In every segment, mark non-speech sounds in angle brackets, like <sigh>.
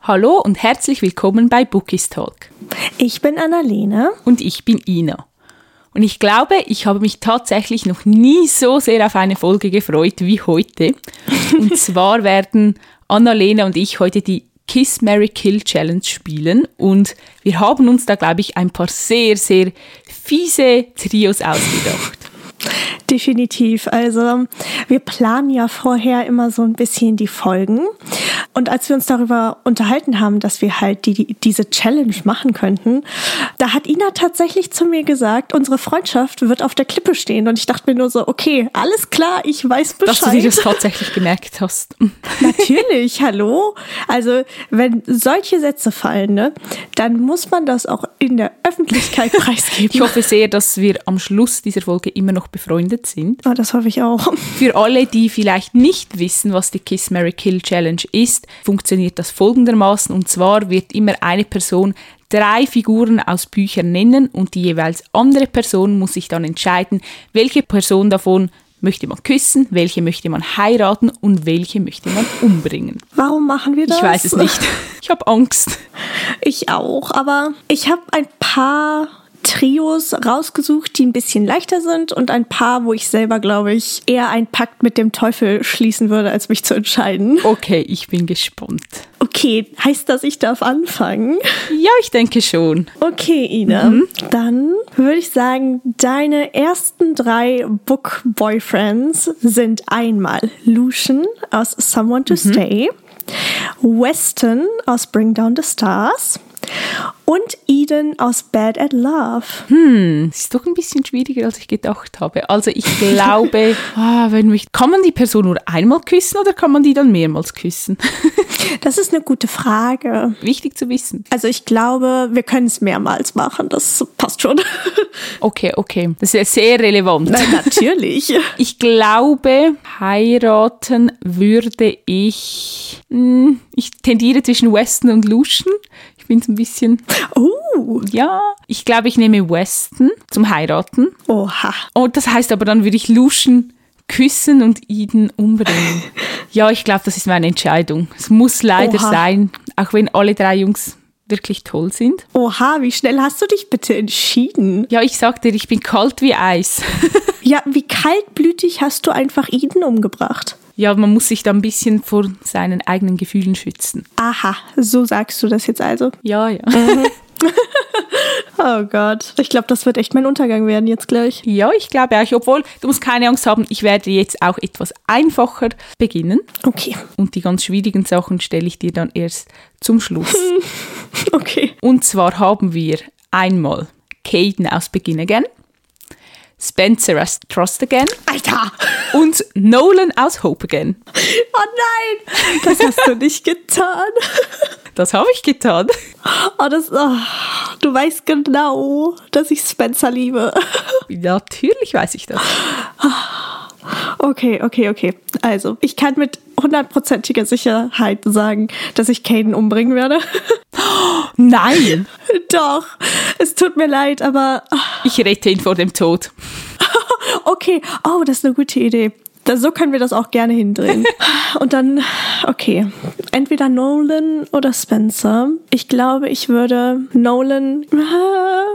Hallo und herzlich willkommen bei Bookies Talk. Ich bin Annalena. Und ich bin Ina. Und ich glaube, ich habe mich tatsächlich noch nie so sehr auf eine Folge gefreut wie heute. Und zwar werden Annalena und ich heute die Kiss Mary Kill Challenge spielen und wir haben uns da, glaube ich, ein paar sehr, sehr fiese Trios ausgedacht. Definitiv. Also wir planen ja vorher immer so ein bisschen die Folgen. Und als wir uns darüber unterhalten haben, dass wir halt die, die, diese Challenge machen könnten, da hat Ina tatsächlich zu mir gesagt, unsere Freundschaft wird auf der Klippe stehen. Und ich dachte mir nur so, okay, alles klar, ich weiß Bescheid. Dass du dir das <laughs> tatsächlich gemerkt hast. <laughs> Natürlich, hallo. Also wenn solche Sätze fallen, ne, dann muss man das auch in der <laughs> Öffentlichkeit preisgeben. Ich hoffe sehr, dass wir am Schluss dieser Folge immer noch befreundet sind. Oh, das hoffe ich auch. Für alle, die vielleicht nicht wissen, was die Kiss Mary Kill Challenge ist, funktioniert das folgendermaßen. Und zwar wird immer eine Person drei Figuren aus Büchern nennen und die jeweils andere Person muss sich dann entscheiden, welche Person davon möchte man küssen, welche möchte man heiraten und welche möchte man umbringen. Warum machen wir das? Ich weiß es nicht. Ich habe Angst. Ich auch, aber ich habe ein paar Trios rausgesucht, die ein bisschen leichter sind und ein paar, wo ich selber, glaube ich, eher einen Pakt mit dem Teufel schließen würde, als mich zu entscheiden. Okay, ich bin gespannt. Okay, heißt das, ich darf anfangen? Ja, ich denke schon. Okay, Ina, dann würde ich sagen, deine ersten drei Book Boyfriends sind einmal Lucian aus Someone to Stay, Weston aus Bring Down the Stars und Eden aus Bad at Love. Es ist doch ein bisschen schwieriger, als ich gedacht habe. Also ich glaube, <laughs> ah, wenn mich, kann man die Person nur einmal küssen oder kann man die dann mehrmals küssen? <laughs> Das ist eine gute Frage. Wichtig zu wissen. Also ich glaube, wir können es mehrmals machen. Das passt schon. Okay, okay. Das ist ja sehr relevant. <laughs> Nein, natürlich. Ich glaube, heiraten würde ich. Hm, ich tendiere zwischen Weston und Lucian. Ich bin so ein bisschen. Oh, Ja, ich glaube, ich nehme Weston zum Heiraten. oha. Und Oh, das heißt aber, dann würde ich Lucian küssen und Eden umbringen. ja, ich glaube, das ist meine Entscheidung. Es muss leider Oha. sein, auch wenn alle drei Jungs wirklich toll sind. Oha, wie schnell hast du dich bitte entschieden? Ja, ich sag dir, ich bin kalt wie Eis. <laughs> Ja, wie kaltblütig hast du einfach Eden umgebracht? ja, man muss sich da ein bisschen vor seinen eigenen Gefühlen schützen. Aha, so sagst du das jetzt also. Ja, ja. Oh Gott. Ich glaube, das wird echt mein Untergang werden jetzt gleich. Ja, ich glaube auch, obwohl, du musst keine Angst haben, ich werde jetzt auch etwas einfacher beginnen. Okay, <laughs> Und die ganz schwierigen Sachen stelle ich dir dann erst zum Schluss. okay. Und zwar haben wir einmal Caden aus Begin Again, Spencer aus Trust Again Alter! und Nolan aus Hope Again. Oh nein! Das hast du nicht getan. Das habe ich getan. Oh, das, oh, du weißt genau, dass ich Spencer liebe. <laughs> Natürlich weiß ich das. Okay, okay, okay. Also, ich kann mit hundertprozentiger Sicherheit sagen, dass ich Caden umbringen werde. <laughs> Nein, Doch, es tut mir leid, aber ich rette ihn vor dem Tod. okay. Oh, das ist eine gute Idee. Da, so können wir das auch gerne hindrehen. Und dann, okay, entweder Nolan oder Spencer. Ich glaube, ich würde Nolan. <laughs>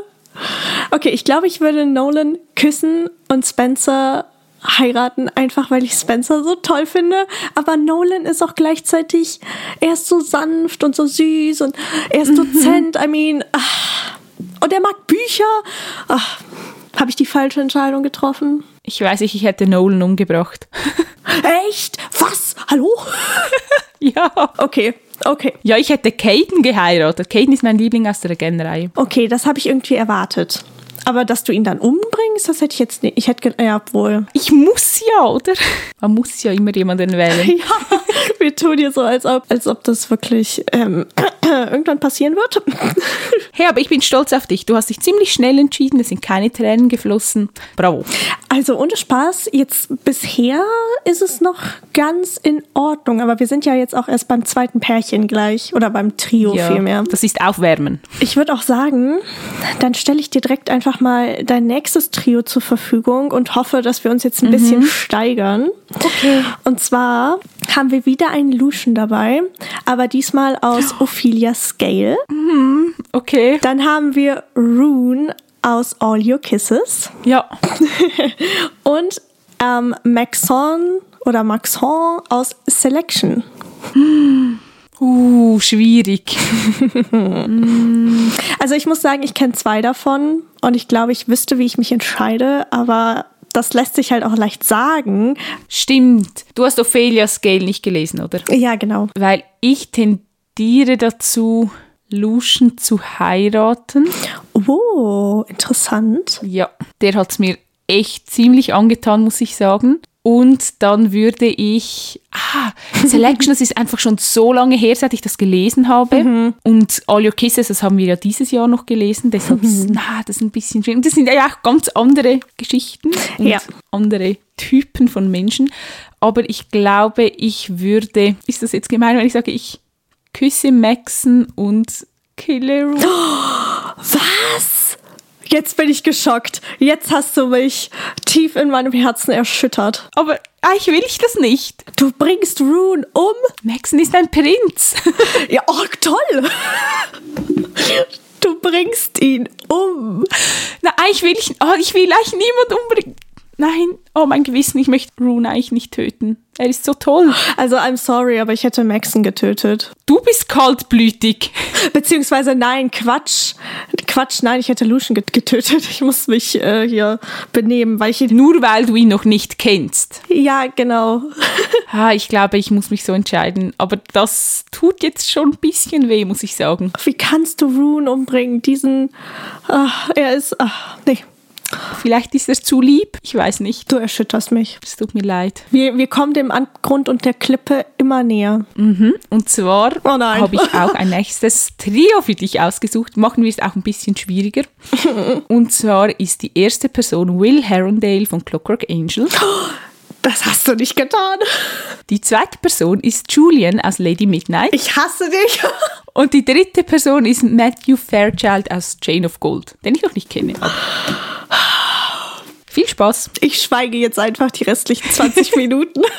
Okay, ich glaube, ich würde Nolan küssen und Spencer heiraten, einfach weil ich Spencer so toll finde. Aber Nolan ist auch gleichzeitig, er ist so sanft und so süß und er ist Dozent. I mean, ah. und er mag Bücher. Ah. Habe ich die falsche Entscheidung getroffen? Ich weiß nicht, ich hätte Nolan umgebracht. <laughs> Echt? Was? Hallo? <laughs> ja. Okay, okay. Ja, ich hätte Caden geheiratet. Caden ist mein Liebling aus der Again-Reihe. Okay, das habe ich irgendwie erwartet. Aber dass du ihn dann umbringst, das hätte ich jetzt nicht. Ich hätte, ge- ja, obwohl. Ich muss ja, oder? Man muss ja immer jemanden wählen. <laughs> Ja, wir tun hier so, als ob, als ob das wirklich ähm, <clears throat> irgendwann passieren wird. <laughs> Hey, aber ich bin stolz auf dich. Du hast dich ziemlich schnell entschieden. Es sind keine Tränen geflossen. Bravo. Also ohne Spaß, jetzt bisher ist es noch ganz in Ordnung, aber wir sind ja jetzt auch erst beim zweiten Pärchen gleich oder beim Trio vielmehr. Das ist Aufwärmen. Ich würde auch sagen, dann stelle ich dir direkt einfach nochmal dein nächstes Trio zur Verfügung und hoffe, dass wir uns jetzt ein bisschen steigern. Okay. Und zwar haben wir wieder einen Lucian dabei, aber diesmal aus Ophelia Scale. <laughs> Okay. Dann haben wir Rune aus All Your Kisses Ja. und ähm, Maxon oder Maxon aus Selection. Uh, schwierig. Also ich muss sagen, ich kenne zwei davon und ich glaube, ich wüsste, wie ich mich entscheide, aber das lässt sich halt auch leicht sagen. Stimmt. Du hast Ophelia Scale nicht gelesen, oder? Ja, genau. Weil ich tendiere dazu, Lucian zu heiraten. Oh, interessant. Ja, der hat es mir echt ziemlich angetan, muss ich sagen. Und dann würde ich. Ah, Selection, das ist einfach schon so lange her, seit ich das gelesen habe. Und All Your Kisses, das haben wir ja dieses Jahr noch gelesen. Deshalb, na, das ist ein bisschen schwierig. Und das sind ja auch ganz andere Geschichten und Ja. andere Typen von Menschen. Aber ich glaube, ich würde. Ist das jetzt gemein, wenn ich sage, ich küsse Maxen und Killer Was? Jetzt bin ich geschockt. Jetzt hast du mich tief in meinem Herzen erschüttert. Aber eigentlich will ich das nicht. Du bringst Rune um? Maxen ist ein Prinz. <laughs> Ja, oh, toll. Du bringst ihn um. Na, eigentlich will ich, oh, ich will eigentlich niemand umbringen. Nein, oh mein Gewissen, ich möchte Rune eigentlich nicht töten. Er ist so toll. Also, I'm sorry, aber ich hätte Maxen getötet. Du bist kaltblütig. Beziehungsweise, nein, Quatsch. Quatsch, nein, ich hätte Lucian get- getötet. Ich muss mich äh, hier benehmen, weil ich ihn... Nur weil du ihn noch nicht kennst. Ja, genau. Ah, ich glaube, ich muss mich so entscheiden. Aber das tut jetzt schon ein bisschen weh, muss ich sagen. Wie kannst du Rune umbringen? Diesen... Ach, er ist... Ach, nee, Vielleicht ist er zu lieb. Ich weiß nicht. du erschütterst mich. Es tut mir leid. Wir, wir kommen dem Abgrund und der Klippe immer näher. Und zwar Oh nein. habe ich auch ein nächstes Trio für dich ausgesucht. Machen wir es auch ein bisschen <laughs> schwieriger. Und zwar ist die erste Person Will Herondale von Clockwork Angel. Das hast du nicht getan. Die zweite Person ist Julian aus Lady Midnight. Ich hasse dich. <laughs> Und die dritte Person ist Matthew Fairchild aus Chain of Gold, den ich noch nicht kenne. Aber viel Spaß. Ich schweige jetzt einfach die restlichen 20 Minuten. <laughs>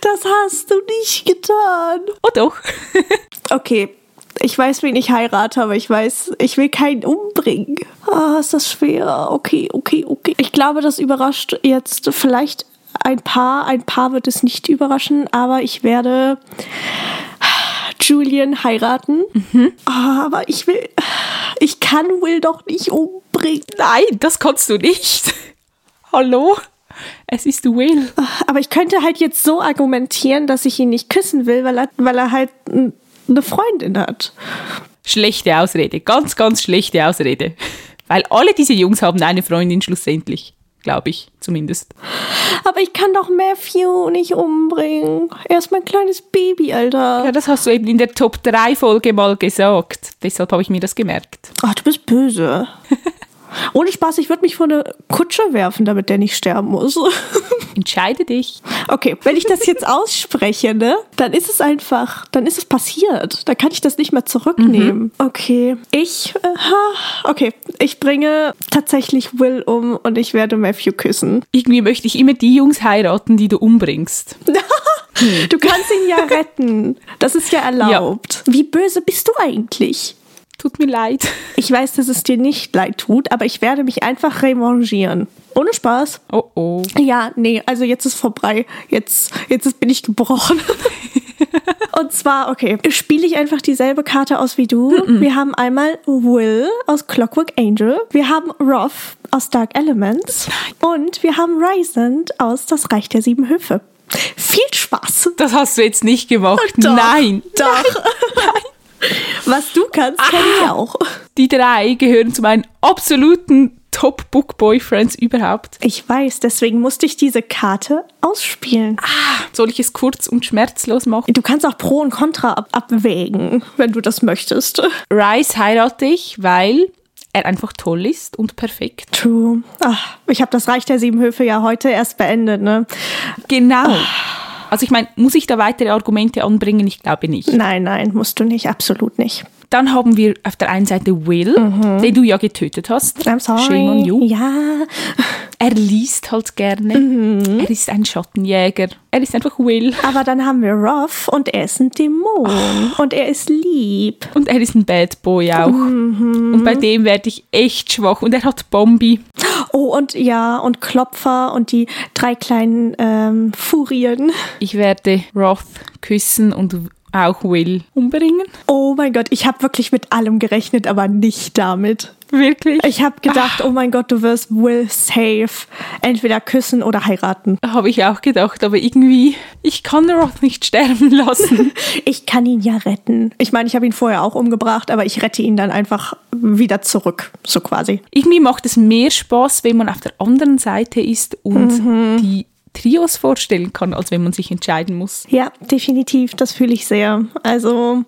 Das hast du nicht getan. Oh doch. <laughs> Okay, ich weiß, wen ich heirate, aber ich weiß, ich will keinen umbringen. Ah, ist das schwer. Okay, okay, okay. Ich glaube, das überrascht jetzt vielleicht ein paar. Ein paar wird es nicht überraschen, aber ich werde Julian heiraten. Ah, aber ich will, ich kann Will doch nicht umbringen. Nein, das kannst du nicht. Hallo? Es ist Will. Aber ich könnte halt jetzt so argumentieren, dass ich ihn nicht küssen will, weil er, weil er halt n- eine Freundin hat. Schlechte Ausrede. Ganz, ganz schlechte Ausrede. <laughs> Weil alle diese Jungs haben eine Freundin schlussendlich. Glaube ich, zumindest. Aber ich kann doch Matthew nicht umbringen. Er ist mein kleines Baby, Alter. Ja, das hast du eben in der Top 3 Folge mal gesagt. Deshalb habe ich mir das gemerkt. Ach, du bist böse. Ohne Spaß, ich würde mich vor eine Kutsche werfen, damit der nicht sterben muss. Entscheide dich. Okay, wenn ich das jetzt ausspreche, ne, dann ist es einfach, dann ist es passiert. Dann kann ich das nicht mehr zurücknehmen. Okay, ich, äh, ha, okay, ich bringe tatsächlich Will um und ich werde Matthew küssen. Irgendwie möchte ich immer die Jungs heiraten, die du umbringst. Du kannst ihn ja retten. Das ist ja erlaubt. Wie böse bist du eigentlich? Tut mir leid. Ich weiß, dass es dir nicht leid tut, aber ich werde mich einfach revanchieren. Ohne Spaß. Oh oh. Ja, nee, also jetzt ist vorbei. Jetzt, jetzt ist- bin ich gebrochen. Und zwar, okay, spiele ich einfach dieselbe Karte aus wie du. Wir haben einmal Will aus Clockwork Angel. Wir haben Roth aus Dark Elements. Und wir haben Rysand aus Das Reich der Sieben Höfe. Viel Spaß. Das hast du jetzt nicht gemacht. Doch, Nein. Doch. Was du kannst, kann ich auch. Die drei gehören zu meinen absoluten Top-Book-Boyfriends überhaupt. Ich weiß, deswegen musste ich diese Karte ausspielen. Soll ich es kurz und schmerzlos machen? Du kannst auch Pro und Contra ab abwägen, wenn du das möchtest. Rice heirate ich, weil er einfach toll ist und perfekt. True. Ach, Ah, ich habe das Reich der Sieben Höfe ja heute erst beendet, ne? Genau. Also ich meine, muss ich da weitere Argumente anbringen? Ich glaube nicht. Nein, nein, musst du nicht, absolut nicht. Dann haben wir auf der einen Seite Will, den du ja getötet hast. Mhm. I'm sorry. Shame on you. Ja. Er liest halt gerne. Mhm. Er ist ein Schattenjäger. Er ist einfach Will. Aber dann haben wir Ruff und er ist ein Dämon. Oh. Und er ist lieb. Und er ist ein Bad Boy auch. Mhm. Und bei dem werde ich echt schwach. Und er hat Bombi. Oh, und ja, und Klopfer und die drei kleinen ähm, Furien. Ich werde Roth küssen und auch Will umbringen. Oh mein Gott, ich habe wirklich mit allem gerechnet, aber nicht damit. Wirklich? Ich habe gedacht, oh mein Gott, du wirst Will safe. Entweder küssen oder heiraten. Habe ich auch gedacht, aber irgendwie, ich kann Roth nicht sterben lassen. Ich kann ihn ja retten. Ich meine, ich habe ihn vorher auch umgebracht, aber ich rette ihn dann einfach wieder zurück, so quasi. irgendwie macht es mehr Spaß, wenn man auf der anderen Seite ist und die Trios vorstellen kann, als wenn man sich entscheiden muss. Ja, definitiv, das fühle ich sehr. Also,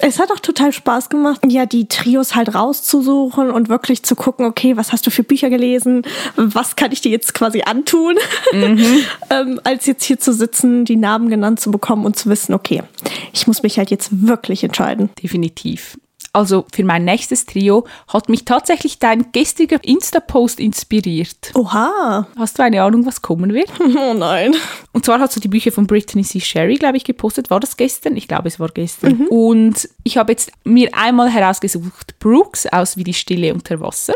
es hat auch total Spaß gemacht, ja, die Trios halt rauszusuchen und wirklich zu gucken, okay, was hast du für Bücher gelesen? Was kann ich dir jetzt quasi antun? <laughs> ähm, als jetzt hier zu sitzen, die Namen genannt zu bekommen und zu wissen, okay, ich muss mich halt jetzt wirklich entscheiden. Definitiv. Also für mein nächstes Trio hat mich tatsächlich dein gestriger Insta-Post inspiriert. Oha, Hast du eine Ahnung, was kommen wird? oh nein. Und zwar hast du die Bücher von Britney C. Sherry, glaube ich, gepostet. War das gestern? Ich glaube, es war gestern. Und ich habe jetzt mir einmal herausgesucht Brooks aus Wie die Stille unter Wasser.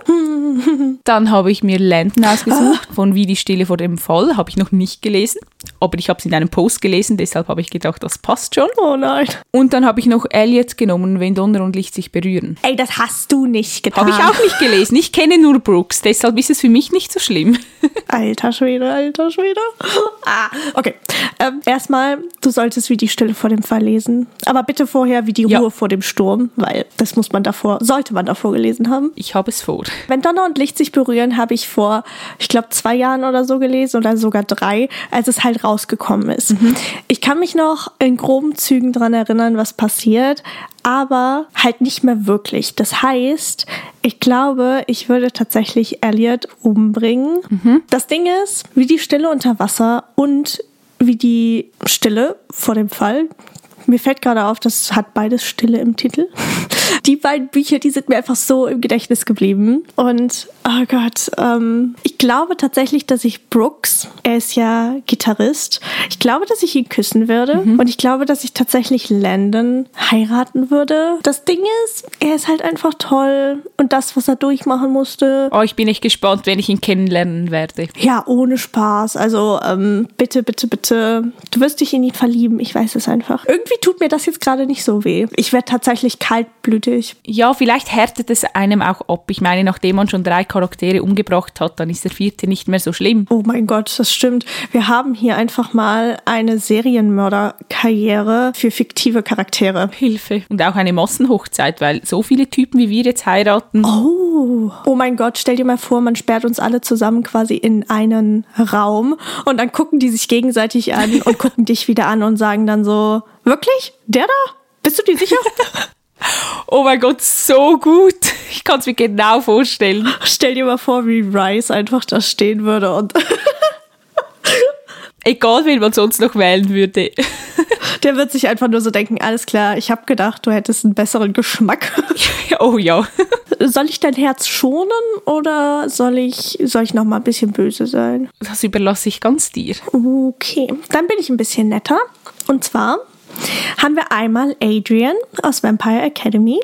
Dann habe ich mir Landon ausgesucht von Wie die Stille vor dem Fall. Habe ich noch nicht gelesen, aber ich habe es in einem Post gelesen, deshalb habe ich gedacht, das passt schon. Oh nein. Und dann habe ich noch Elliot genommen, wenn Donner und Licht sich berühren. Ey, das hast du nicht getan. Habe ich auch nicht gelesen. Ich kenne nur Brooks, deshalb ist es für mich nicht so schlimm. Alter Schwede, alter Schwede. Ah, okay. Ähm, erstmal, du solltest wie die Stille vor dem Fall lesen. Aber bitte vorher wie die Ja. Ruhe vor dem Sturm, weil das muss man davor, sollte man davor gelesen haben. Ich habe es vor. Wenn Donner und Licht sich berühren, habe ich vor, ich glaube, zwei Jahren oder so gelesen oder sogar drei, als es halt rausgekommen ist. Ich kann mich noch in groben Zügen dran erinnern, was passiert, aber halt nicht mehr wirklich. Das heißt, ich glaube, ich würde tatsächlich Elliot umbringen. Das Ding ist, wie die Stille unter Wasser und wie die Stille vor dem Fall, mir fällt gerade auf, das hat beides Stille im Titel. Die beiden Bücher, die sind mir einfach so im Gedächtnis geblieben. Und, oh Gott, ähm, ich glaube tatsächlich, dass ich Brooks, er ist ja Gitarrist, ich glaube, dass ich ihn küssen würde. Und ich glaube, dass ich tatsächlich Landon heiraten würde. Das Ding ist, er ist halt einfach toll. Und das, was er durchmachen musste, Oh, ich bin echt gespannt, wenn ich ihn kennenlernen werde. ja, ohne Spaß. Also ähm, bitte, bitte, bitte. Du wirst dich in ihn verlieben. Ich weiß es einfach. Irgendwie tut mir das jetzt gerade nicht so weh. Ich werde tatsächlich kaltblütig. Ja, vielleicht härtet es einem auch ab. Ich meine, nachdem man schon drei Charaktere umgebracht hat, dann ist der vierte nicht mehr so schlimm. Oh mein Gott, das stimmt. Wir haben hier einfach mal eine Serienmörderkarriere für fiktive Charaktere. Hilfe. Und auch eine Massenhochzeit, weil so viele Typen wie wir jetzt heiraten. Oh. Oh mein Gott, stell dir mal vor, man sperrt uns alle zusammen quasi in einen Raum und dann gucken die sich gegenseitig an und gucken dich wieder an und sagen dann so, wirklich? Der da? Bist du dir sicher? Oh mein Gott, so gut. <laughs> Ich kann es mir genau vorstellen. Stell dir mal vor, wie Rice einfach da stehen würde und <laughs> Egal, wen man sonst noch wählen würde. <laughs> der wird sich einfach nur so denken, alles klar, ich habe gedacht, du hättest einen besseren Geschmack. oh ja. <laughs> soll ich dein Herz schonen oder soll ich, soll ich noch mal ein bisschen böse sein? Das überlasse ich ganz dir. Okay, dann bin ich ein bisschen netter. Und zwar haben wir einmal Adrian aus Vampire Academy.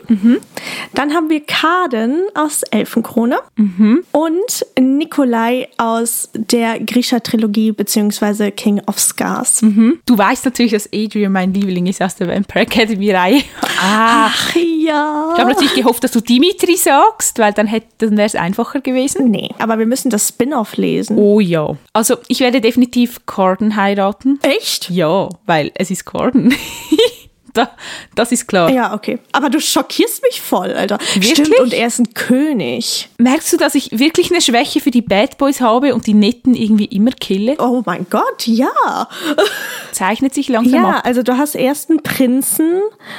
Dann haben wir Kaden aus Elfenkrone. Mhm. Und Nikolai aus der Grisha-Trilogie beziehungsweise King of Scars. Du weißt natürlich, dass Adrian mein Liebling ist aus der Vampire Academy-Reihe. Ah. Ach ja. Ich habe natürlich gehofft, dass du Dimitri sagst, weil dann, hätte- dann wäre es einfacher gewesen. Nee, aber wir müssen das Spin-off lesen. Oh ja. Also ich werde definitiv Corden heiraten. Echt? Ja, weil es ist Corden. <laughs> da, das ist klar. Ja, okay. Aber du schockierst mich voll, Alter. Stimmt, Wirklich? und er ist ein König. Merkst du, dass ich wirklich eine Schwäche für die Bad Boys habe und die Netten irgendwie immer kille? Oh mein Gott, ja. Zeichnet sich langsam Ja, ab. also du hast erst einen Prinzen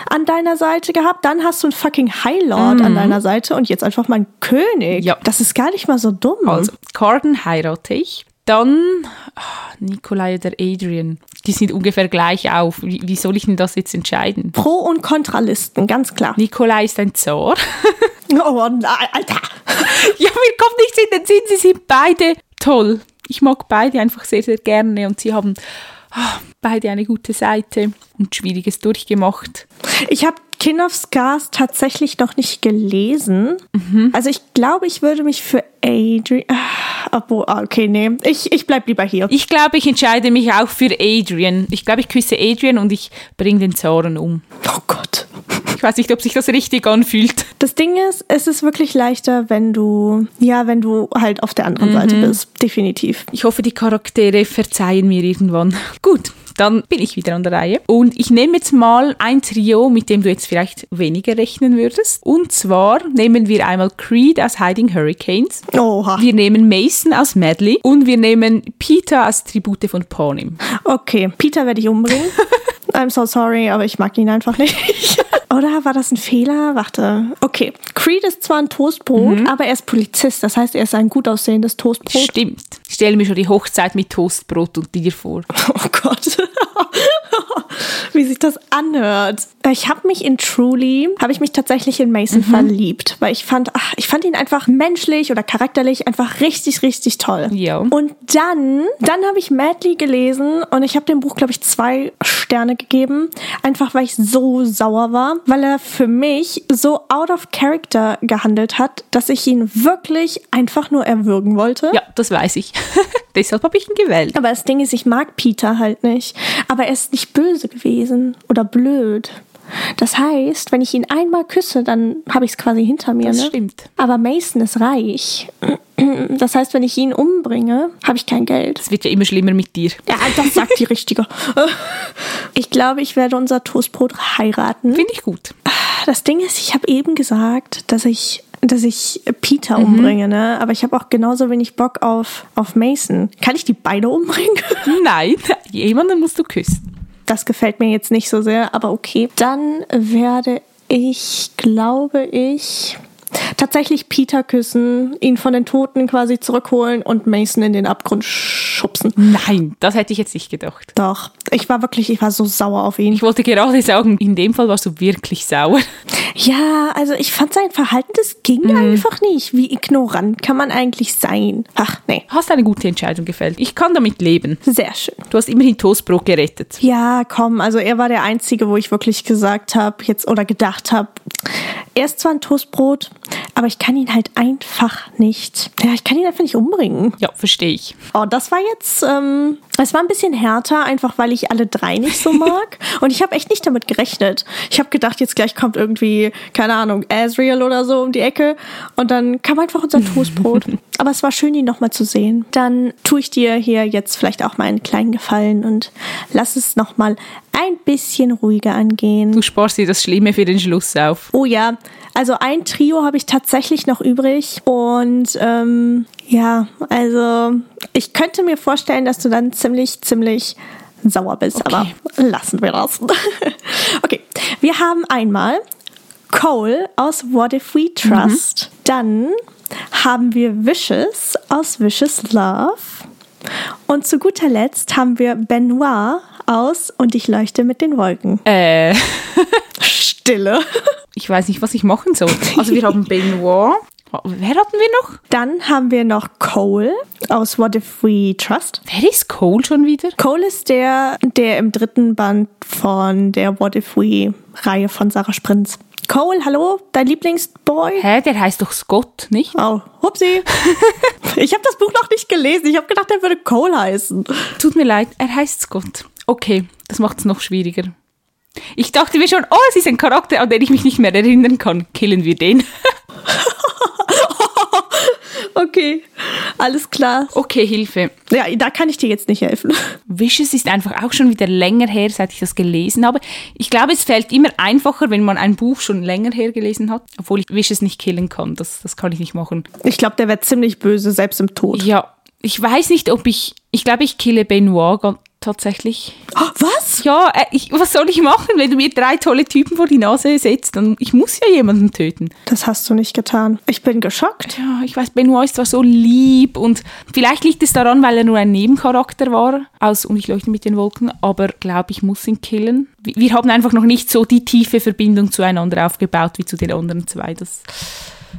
an deiner Seite gehabt, dann hast du einen fucking High Lord an deiner Seite und jetzt einfach mal einen König. Mhm. Ja. Das ist gar nicht mal so dumm. Also Corden Also, heirate ich. Dann ah, Nikolai oder Adrian. Die sind ungefähr gleich auf. Wie, wie soll ich denn das jetzt entscheiden? Pro- und Kontralisten, ganz klar. Nikolai ist ein Zar. Oh, nein, Alter. <laughs> ja, mir kommt nichts in den Sinn. Sie sind beide toll. Ich mag beide einfach sehr, sehr gerne und sie haben ah, beide eine gute Seite und Schwieriges durchgemacht. Ich habe Kin of Scars tatsächlich noch nicht gelesen. Also ich glaube, ich würde mich für Adrian... Ah, Obwohl, ah, okay, nee. Ich, ich bleib lieber hier. Ich glaube, ich entscheide mich auch für Adrian. Ich glaube, ich küsse Adrian und ich bringe den Zaren um. Oh Gott. Ich weiß nicht, ob sich das richtig anfühlt. Das Ding ist, es ist wirklich leichter, wenn du... Ja, wenn du halt auf der anderen Seite bist. Definitiv. Ich hoffe, die Charaktere verzeihen mir irgendwann. Gut, dann bin ich wieder an der Reihe. Und ich nehme jetzt mal ein Trio, mit dem du jetzt vielleicht weniger rechnen würdest. Und zwar nehmen wir einmal Creed aus Hiding Hurricanes. Oha. Wir nehmen Mason aus Madly und wir nehmen Peter als Tribute von Panem. Okay, Peter werde ich <laughs> umbringen. I'm so sorry, aber ich mag ihn einfach nicht. <laughs> Oder war das ein Fehler? Warte. Okay. Creed ist zwar ein Toastbrot, aber er ist Polizist. Das heißt, er ist ein gut aussehendes Toastbrot. Stimmt. Ich stelle mir schon die Hochzeit mit Toastbrot und dir vor. Oh Gott. <laughs> Wie sich das anhört. Ich habe mich in Truly, habe ich mich tatsächlich in Mason verliebt, weil ich fand, ach, ich fand ihn einfach menschlich oder charakterlich einfach richtig, richtig toll. Ja. Und dann, dann habe ich Madly gelesen und ich habe dem Buch, glaube ich, zwei Sterne gegeben, einfach weil ich so sauer war, weil er für mich so out of character gehandelt hat, dass ich ihn wirklich einfach nur erwürgen wollte. Ja, das weiß ich. <laughs> Deshalb habe ich ihn gewählt. Aber das Ding ist, ich mag Peter halt nicht. Aber er ist nicht böse gewesen oder blöd. Das heißt, wenn ich ihn einmal küsse, dann habe ich es quasi hinter mir. Das ne? stimmt. Aber Mason ist reich. <clears throat> Das heißt, wenn ich ihn umbringe, habe ich kein Geld. Es wird ja immer schlimmer mit dir. Ja, das sagt die Richtige. <laughs> Ich glaube, ich werde unser Toastbrot heiraten. Finde ich <laughs> gut. Das Ding ist, ich habe eben gesagt, dass ich, dass ich Peter Mhm. umbringe, ne? Aber ich habe auch genauso wenig Bock auf, auf Mason. Kann ich die beide umbringen? Nein, <laughs> jemanden musst du küssen. Das gefällt mir jetzt nicht so sehr, aber okay. Dann werde ich, glaube ich, tatsächlich Peter küssen, ihn von den Toten quasi zurückholen und Mason in den Abgrund schubsen. Nein, das hätte ich jetzt nicht gedacht. Doch, ich war wirklich, ich war so sauer auf ihn. Ich wollte gerade sagen, in dem Fall warst du wirklich sauer. Ja, also ich fand sein Verhalten, das ging einfach nicht. Wie ignorant kann man eigentlich sein? Ach, nee. Hast eine gute Entscheidung gefällt. Ich kann damit leben. Sehr schön. Du hast immerhin Toastbrot gerettet. Ja, komm, also er war der Einzige, wo ich wirklich gesagt habe, jetzt oder gedacht habe, er ist zwar ein Toastbrot, aber ich kann ihn halt einfach nicht. Ja, ich kann ihn einfach nicht umbringen. Ja, verstehe ich. Oh, das war jetzt, ähm, es war ein bisschen härter, einfach weil ich alle drei nicht so mag. Und ich habe echt nicht damit gerechnet. Ich habe gedacht, jetzt gleich kommt irgendwie, keine Ahnung, Asriel oder so um die Ecke. Und dann kam einfach unser Toastbrot. Aber es war schön, ihn nochmal zu sehen. Dann tue ich dir hier jetzt vielleicht auch mal einen kleinen Gefallen und lass es nochmal ein bisschen ruhiger angehen. Du sparst dir das Schlimme für den Schluss auf. Oh ja, also ein Trio habe ich tatsächlich noch übrig. Und ähm, ja, also ich könnte mir vorstellen, dass du dann ziemlich, ziemlich sauer bist. Aber lassen wir das. <laughs> okay, wir haben einmal Cole aus What If We Trust. Dann haben wir Vicious aus Vicious Love. Und zu guter Letzt haben wir Benoit aus Und ich leuchte mit den Wolken. Äh, Stille. ich weiß nicht, was ich machen soll. Also wir haben Benoit. Wer hatten wir noch? Dann haben wir noch Cole aus What If We Trust. Wer ist Cole schon wieder? Cole ist der, der im dritten Band von der What If We-Reihe von Sarah Sprinz. Cole, hallo, dein Lieblingsboy? Hä, der heißt doch Scott, nicht? Oh, <laughs> hupsi. ich habe das Buch noch nicht gelesen. Ich habe gedacht, er würde Cole heißen. Tut mir leid, er heißt Scott. Okay, das macht es noch schwieriger. Ich dachte mir schon, oh, es ist ein Charakter, an den ich mich nicht mehr erinnern kann. Killen wir den. Okay, alles klar. Okay, Hilfe. Ja, da kann ich dir jetzt nicht helfen. Wishes ist einfach auch schon wieder länger her, seit ich das gelesen habe. Ich glaube, es fällt immer einfacher, wenn man ein Buch schon länger her gelesen hat, obwohl ich Wishes nicht killen kann. Das, das kann ich nicht machen. Ich glaube, der wird ziemlich böse, selbst im Tod. Ja, ich weiß nicht, ob ich. Ich glaube, ich kille Benoit ga- tatsächlich. Oh, was? ja, äh, ich, was soll ich machen, wenn du mir drei tolle Typen vor die Nase setzt? Dann, ich muss ja jemanden töten. Das hast du nicht getan. Ich bin geschockt. Ja, ich weiß, Benoit ist zwar so lieb und vielleicht liegt es daran, weil er nur ein Nebencharakter war aus Und ich leuchte mit den Wolken, aber glaube ich muss ihn killen. Wir, wir haben einfach noch nicht so die tiefe Verbindung zueinander aufgebaut wie zu den anderen zwei. Das,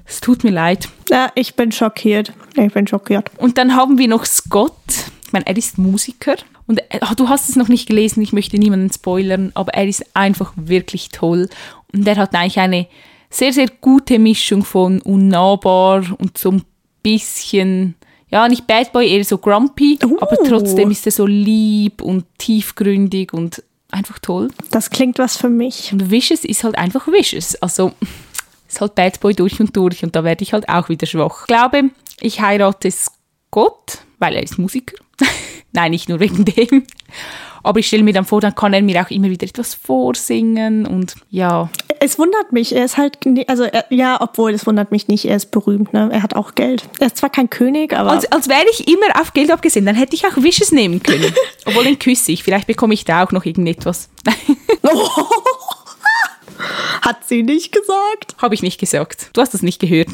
es tut mir leid. Ja, Äh, ich bin schockiert. Ich bin schockiert. Und dann haben wir noch Scott. Ich meine, er ist Musiker. Und er, ah, du hast es noch nicht gelesen, ich möchte niemanden spoilern, aber er ist einfach wirklich toll. Und er hat eigentlich eine sehr, sehr gute Mischung von unnahbar und so ein bisschen, ja, nicht Bad Boy, eher so grumpy, Oh. aber trotzdem ist er so lieb und tiefgründig und einfach toll. Das klingt was für mich. Und Vicious ist halt einfach Vicious. Also <laughs> ist halt Bad Boy durch und durch und da werde ich halt auch wieder schwach. Ich glaube, ich heirate Scott, weil er ist Musiker. <laughs> Nein, nicht nur wegen dem. Aber ich stelle mir dann vor, dann kann er mir auch immer wieder etwas vorsingen und ja. Es wundert mich. Er ist halt, nie- also er, ja, obwohl es wundert mich nicht. Er ist berühmt. Ne? Er hat auch Geld. Er ist zwar kein König, aber Als, als wäre ich immer auf Geld abgesehen, dann hätte ich auch Wishes nehmen können. Obwohl, den küsse ich. Vielleicht bekomme ich da auch noch irgendetwas. <laughs> hat sie nicht gesagt. Habe ich nicht gesagt. Du hast das nicht gehört.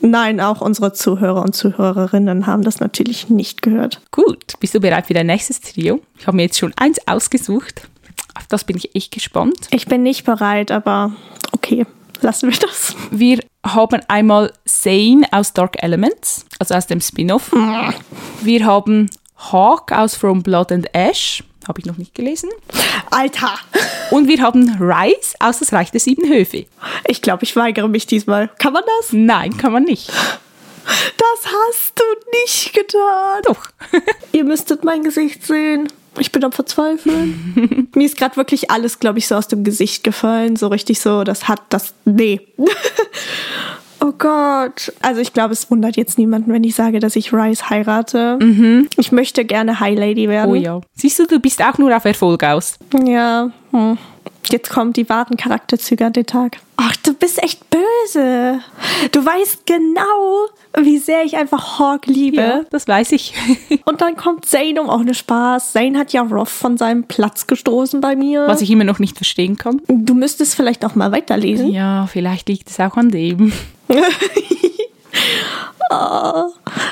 Nein, auch unsere Zuhörer und Zuhörerinnen haben das natürlich nicht gehört. Gut, bist du bereit für dein nächstes Trio? Ich habe mir jetzt schon eins ausgesucht. Auf das bin ich echt gespannt. Ich bin nicht bereit, aber okay, lassen wir das. Wir haben einmal Zane aus Dark Elements, also aus dem Spin-off. Wir haben Hawk aus From Blood and Ash, habe ich noch nicht gelesen. Alter! Und wir haben Rice aus Das Reich der Sieben Höfe. Ich glaube, ich weigere mich diesmal. Kann man das? Nein, kann man nicht. Das hast du nicht getan. Doch. Ihr müsstet mein Gesicht sehen. Ich bin am <laughs> Verzweifeln. Mir ist gerade wirklich alles, glaube ich, so aus dem Gesicht gefallen. So richtig so, das hat das. Nee. <laughs> oh Gott. Also ich glaube, es wundert jetzt niemanden, wenn ich sage, dass ich Rice heirate. Ich möchte gerne High Lady <laughs> werden. Oh ja. Siehst du, du bist auch nur auf Erfolg aus. Ja, hm. jetzt kommen die wahren Charakterzüge an den Tag. Ach, du bist echt böse. Du weißt genau, wie sehr ich einfach Hawk liebe. das weiß ich. <laughs> Und dann kommt Zane um auch ne Spaß. Zane hat ja Roth von seinem Platz gestoßen bei mir. Was ich immer noch nicht verstehen kann. du müsstest vielleicht auch mal weiterlesen. Ja, vielleicht liegt es auch an dem. <laughs> Ah,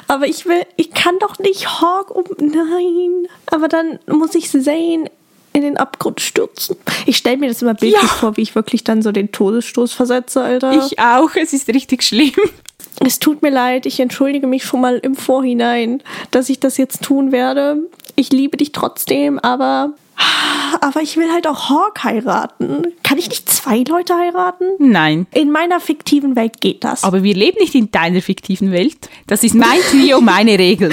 aber ich will, ich kann doch nicht Hawk um. Nein. Aber dann muss ich Zane in den Abgrund stürzen. Ich stelle mir das immer bildlich Ja. vor, wie ich wirklich dann so den Todesstoß versetze, Alter. Ich auch, es ist richtig schlimm. Es tut mir leid, ich entschuldige mich schon mal im Vorhinein, dass ich das jetzt tun werde. Ich liebe dich trotzdem, aber. Aber ich will halt auch Hawk heiraten. Kann ich nicht zwei Leute heiraten? Nein. In meiner fiktiven Welt geht das. Aber wir leben nicht in deiner fiktiven Welt. Das ist mein Trio, meine Regeln.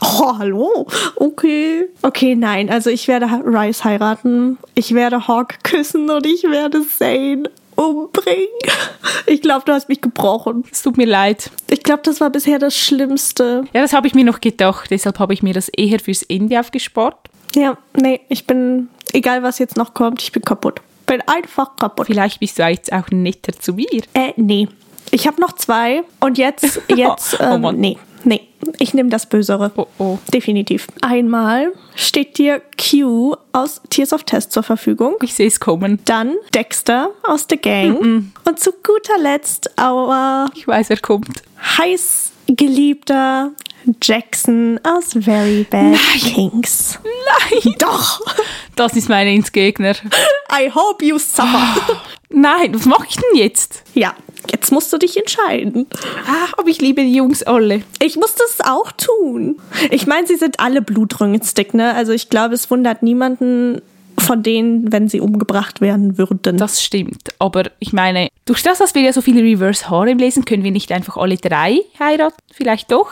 Oh, hallo. Okay. Okay, nein. Also ich werde Rice heiraten. Ich werde Hawk küssen und ich werde Zane umbringen. Ich glaube, du hast mich gebrochen. <laughs> Es tut mir leid. Ich glaube, das war bisher das Schlimmste. Ja, das habe ich mir noch gedacht. Deshalb habe ich mir das eher fürs Ende aufgespart. Ja, nee, ich bin, egal was jetzt noch kommt, ich bin kaputt. Bin einfach kaputt. Vielleicht bist du jetzt auch netter zu mir. Äh, nee. Ich habe noch zwei und jetzt, <laughs> jetzt, Oh ähm, Mann. nee, nee. Ich nehme das Bösere. Oh, oh. Definitiv. Einmal steht dir Q aus Tears of Test zur Verfügung. Ich sehe es kommen. Dann Dexter aus The Gang. Mm, Und zu guter Letzt our Ich weiß, wer kommt. heiß geliebter Jackson aus Very Bad Kings. Nein! <laughs> Doch! Das ist mein Insgegner. I hope you Ah. suffer. Nein, was mache ich denn jetzt? Ja, jetzt musst du dich entscheiden. Ach, Ah, aber ich liebe die Jungs alle. Ich muss das auch tun. Ich meine, sie sind alle blutrünstig, ne? Also ich glaube, es wundert niemanden von denen, wenn sie umgebracht werden würden. Das stimmt. Aber ich meine, durch das, dass wir ja so viele Reverse Harem lesen, können wir nicht einfach alle drei heiraten. Vielleicht doch.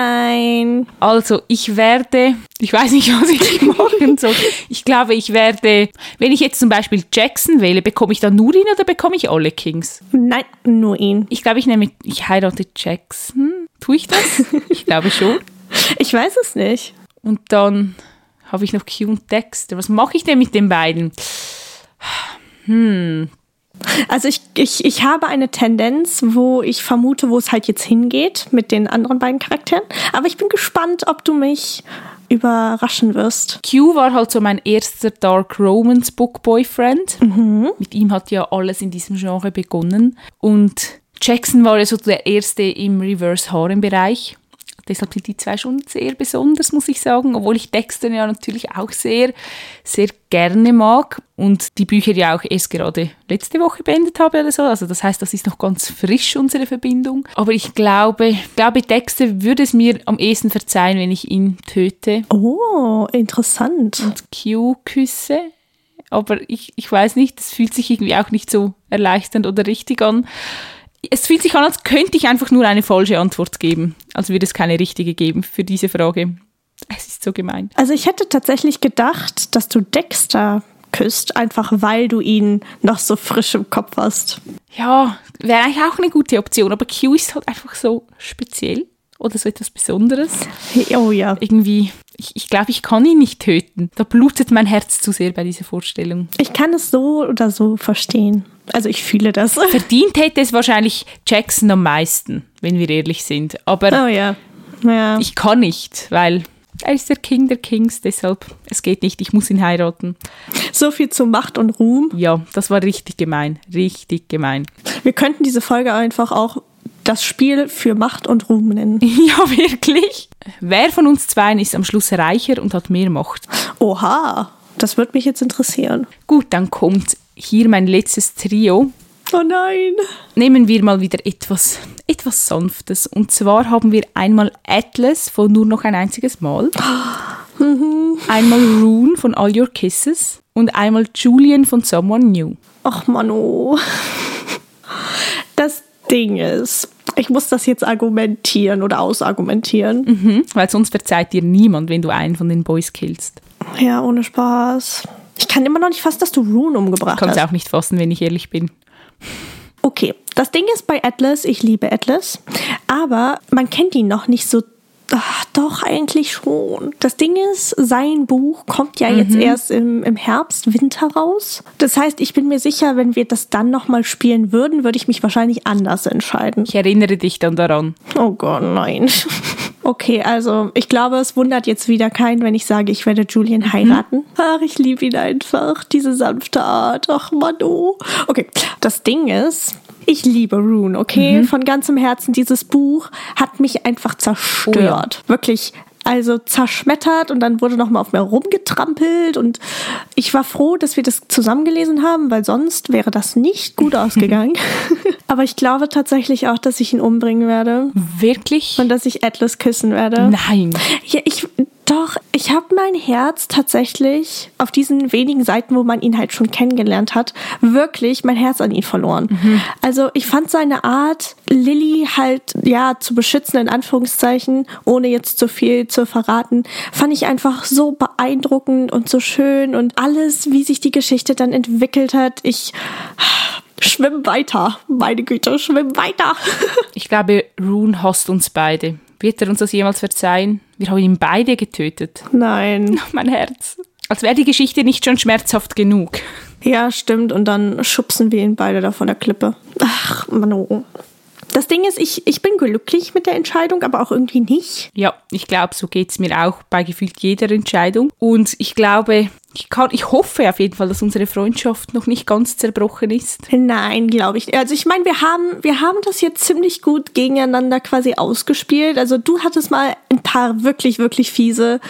Nein. Also, ich werde, ich weiß nicht, <laughs> was ich machen soll. Ich glaube, ich werde, wenn ich jetzt zum Beispiel Jackson wähle, bekomme ich dann nur ihn oder bekomme ich alle Kings? Nein, nur ihn. Ich glaube, ich nehme, ich heirate Jackson. Tue ich das? Ich glaube schon. Ich weiß es nicht. Und dann habe ich noch Q und Dexter. Was mache ich denn mit den beiden? Hm. Also ich, ich, ich habe eine Tendenz, wo ich vermute, wo es halt jetzt hingeht mit den anderen beiden Charakteren. Aber ich bin gespannt, ob du mich überraschen wirst. Q war halt so mein erster Dark Romance Book Boyfriend. Mit ihm hat ja alles in diesem Genre begonnen. Und Jackson war ja so der erste im Reverse Harem Bereich. Deshalb sind die zwei schon sehr besonders, muss ich sagen, obwohl ich Dexter ja natürlich auch sehr, sehr gerne mag und die Bücher ja auch erst gerade letzte Woche beendet habe oder so. Also das heißt, das ist noch ganz frisch, unsere Verbindung. Aber ich glaube, ich glaube, Dexter würde es mir am ehesten verzeihen, wenn ich ihn töte Oh, interessant. und Q küsse. Aber ich, ich weiß nicht, es fühlt sich irgendwie auch nicht so erleichternd oder richtig an. Es fühlt sich an, als könnte ich einfach nur eine falsche Antwort geben. Also würde es keine richtige geben für diese Frage. Es ist so gemein. Also ich hätte tatsächlich gedacht, dass du Dexter küsst, einfach weil du ihn noch so frisch im Kopf hast. Ja, wäre eigentlich auch eine gute Option, aber Q ist halt einfach so speziell oder so etwas Besonderes. Oh ja. Irgendwie, ich, ich glaube, ich kann ihn nicht töten. Da blutet mein Herz zu sehr bei dieser Vorstellung. Ich kann es so oder so verstehen. Also ich fühle das. <laughs> Verdient hätte es wahrscheinlich Jackson am meisten, wenn wir ehrlich sind. Aber Oh ja. Ja. ich kann nicht, weil er ist der King der Kings, deshalb, es geht nicht, ich muss ihn heiraten. So viel zu Macht und Ruhm. Ja, das war richtig gemein, richtig gemein. <laughs> Wir könnten diese Folge einfach auch das Spiel für Macht und Ruhm nennen. Ja, wirklich? Wer von uns zweien ist am Schluss reicher und hat mehr Macht? Oha, das wird mich jetzt interessieren. Gut, dann kommt hier mein letztes Trio. Oh nein. Nehmen wir mal wieder etwas, etwas Sanftes. Und zwar haben wir einmal Atlas von nur noch ein einziges Mal. einmal Rune von All Your Kisses. Und einmal Julian von Someone New. Ach Manu. Das Ding ist, ich muss das jetzt argumentieren oder ausargumentieren. Mhm, weil sonst verzeiht dir niemand, wenn du einen von den Boys killst. Ja, ohne Spaß. Ich kann immer noch nicht fassen, dass du Rune umgebracht Kannst hast. auch nicht fassen, wenn ich ehrlich bin. Okay, das Ding ist bei Atlas, ich liebe Atlas, aber man kennt ihn noch nicht so. Ach, doch, eigentlich schon. Das Ding ist, sein Buch kommt ja jetzt erst im, im Herbst, Winter raus. Das heißt, ich bin mir sicher, wenn wir das dann nochmal spielen würden, würde ich mich wahrscheinlich anders entscheiden. Ich erinnere dich dann daran. Oh Gott, nein. <laughs> Okay, also ich glaube, es wundert jetzt wieder keinen, wenn ich sage, ich werde Julian heiraten. Ach, ich liebe ihn einfach, diese sanfte Art. Ach, Manu. Okay, das Ding ist, ich liebe Rune, okay? Von ganzem Herzen, dieses Buch hat mich einfach zerstört. Wirklich. Also zerschmettert und dann wurde nochmal auf mir rumgetrampelt und ich war froh, dass wir das zusammengelesen haben, weil sonst wäre das nicht gut ausgegangen. <laughs> Aber ich glaube tatsächlich auch, dass ich ihn umbringen werde. Wirklich? Und dass ich Atlas küssen werde. Nein. Ja, ich, doch, ich habe mein Herz tatsächlich auf diesen wenigen Seiten, wo man ihn halt schon kennengelernt hat, wirklich mein Herz an ihn verloren. Also ich fand seine Art, Lilly halt, ja, zu beschützen, in Anführungszeichen, ohne jetzt zu viel zu verraten, fand ich einfach so beeindruckend und so schön und alles, wie sich die Geschichte dann entwickelt hat. Ich schwimm weiter, meine Güte, schwimm weiter. <laughs> Ich glaube, Rune hasst uns beide. Wird er uns das jemals verzeihen? Wir haben ihn beide getötet. Nein. <laughs> Mein Herz. Als wäre die Geschichte nicht schon schmerzhaft genug. Ja, stimmt. Und dann schubsen wir ihn beide da von der Klippe. Ach, Manu. Das Ding ist, ich, ich bin glücklich mit der Entscheidung, aber auch irgendwie nicht. Ja, ich glaube, so geht's mir auch bei gefühlt jeder Entscheidung. Und ich glaube, ich, kann, ich hoffe auf jeden Fall, dass unsere Freundschaft noch nicht ganz zerbrochen ist. Nein, glaube ich. Also ich meine, wir haben, wir haben das jetzt ziemlich gut gegeneinander quasi ausgespielt. Also du hattest mal ein paar wirklich, wirklich fiese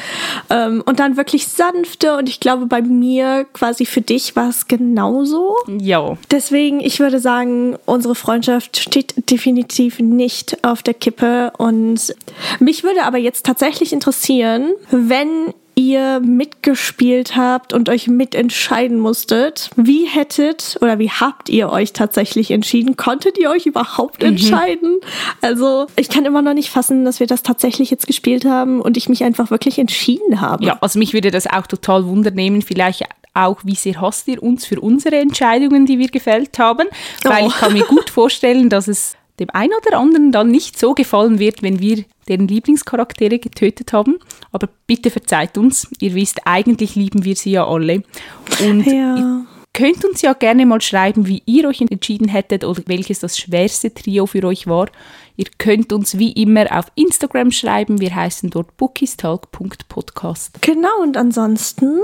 ähm, und dann wirklich sanfte. Und ich glaube, bei mir quasi für dich war es genauso. Ja. Deswegen, ich würde sagen, unsere Freundschaft steht definitiv nicht auf der Kippe. Und mich würde aber jetzt tatsächlich interessieren, wenn ihr mitgespielt habt und euch mitentscheiden musstet, wie hättet oder wie habt ihr euch tatsächlich entschieden? Konntet ihr euch überhaupt entscheiden? Also ich kann immer noch nicht fassen, dass wir das tatsächlich jetzt gespielt haben und ich mich einfach wirklich entschieden habe. Ja, also mich würde das auch total wundernehmen, vielleicht auch, wie sehr hasst ihr uns für unsere Entscheidungen, die wir gefällt haben, weil Oh. ich kann mir <laughs> gut vorstellen, dass es dem einen oder anderen dann nicht so gefallen wird, wenn wir deren Lieblingscharaktere getötet haben. Aber bitte verzeiht uns, ihr wisst, eigentlich lieben wir sie ja alle. Und ich Ja. könnt uns ja gerne mal schreiben, wie ihr euch entschieden hättet oder welches das schwerste Trio für euch war. Ihr könnt uns wie immer auf Instagram schreiben. Wir heißen dort bookistalk.podcast. Genau, und ansonsten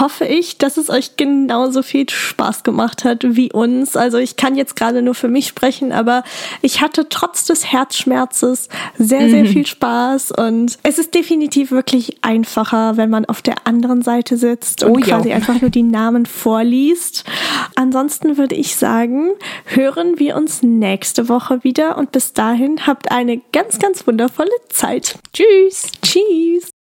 hoffe ich, dass es euch genauso viel Spaß gemacht hat wie uns. Also ich kann jetzt gerade nur für mich sprechen, aber ich hatte trotz des Herzschmerzes sehr, Mhm. sehr viel Spaß und es ist definitiv wirklich einfacher, wenn man auf der anderen Seite sitzt und Oh ja. quasi einfach nur die Namen vorliest. Ansonsten würde ich sagen, hören wir uns nächste Woche wieder und bis dahin habt eine ganz, ganz wundervolle Zeit. Tschüss! Tschüss!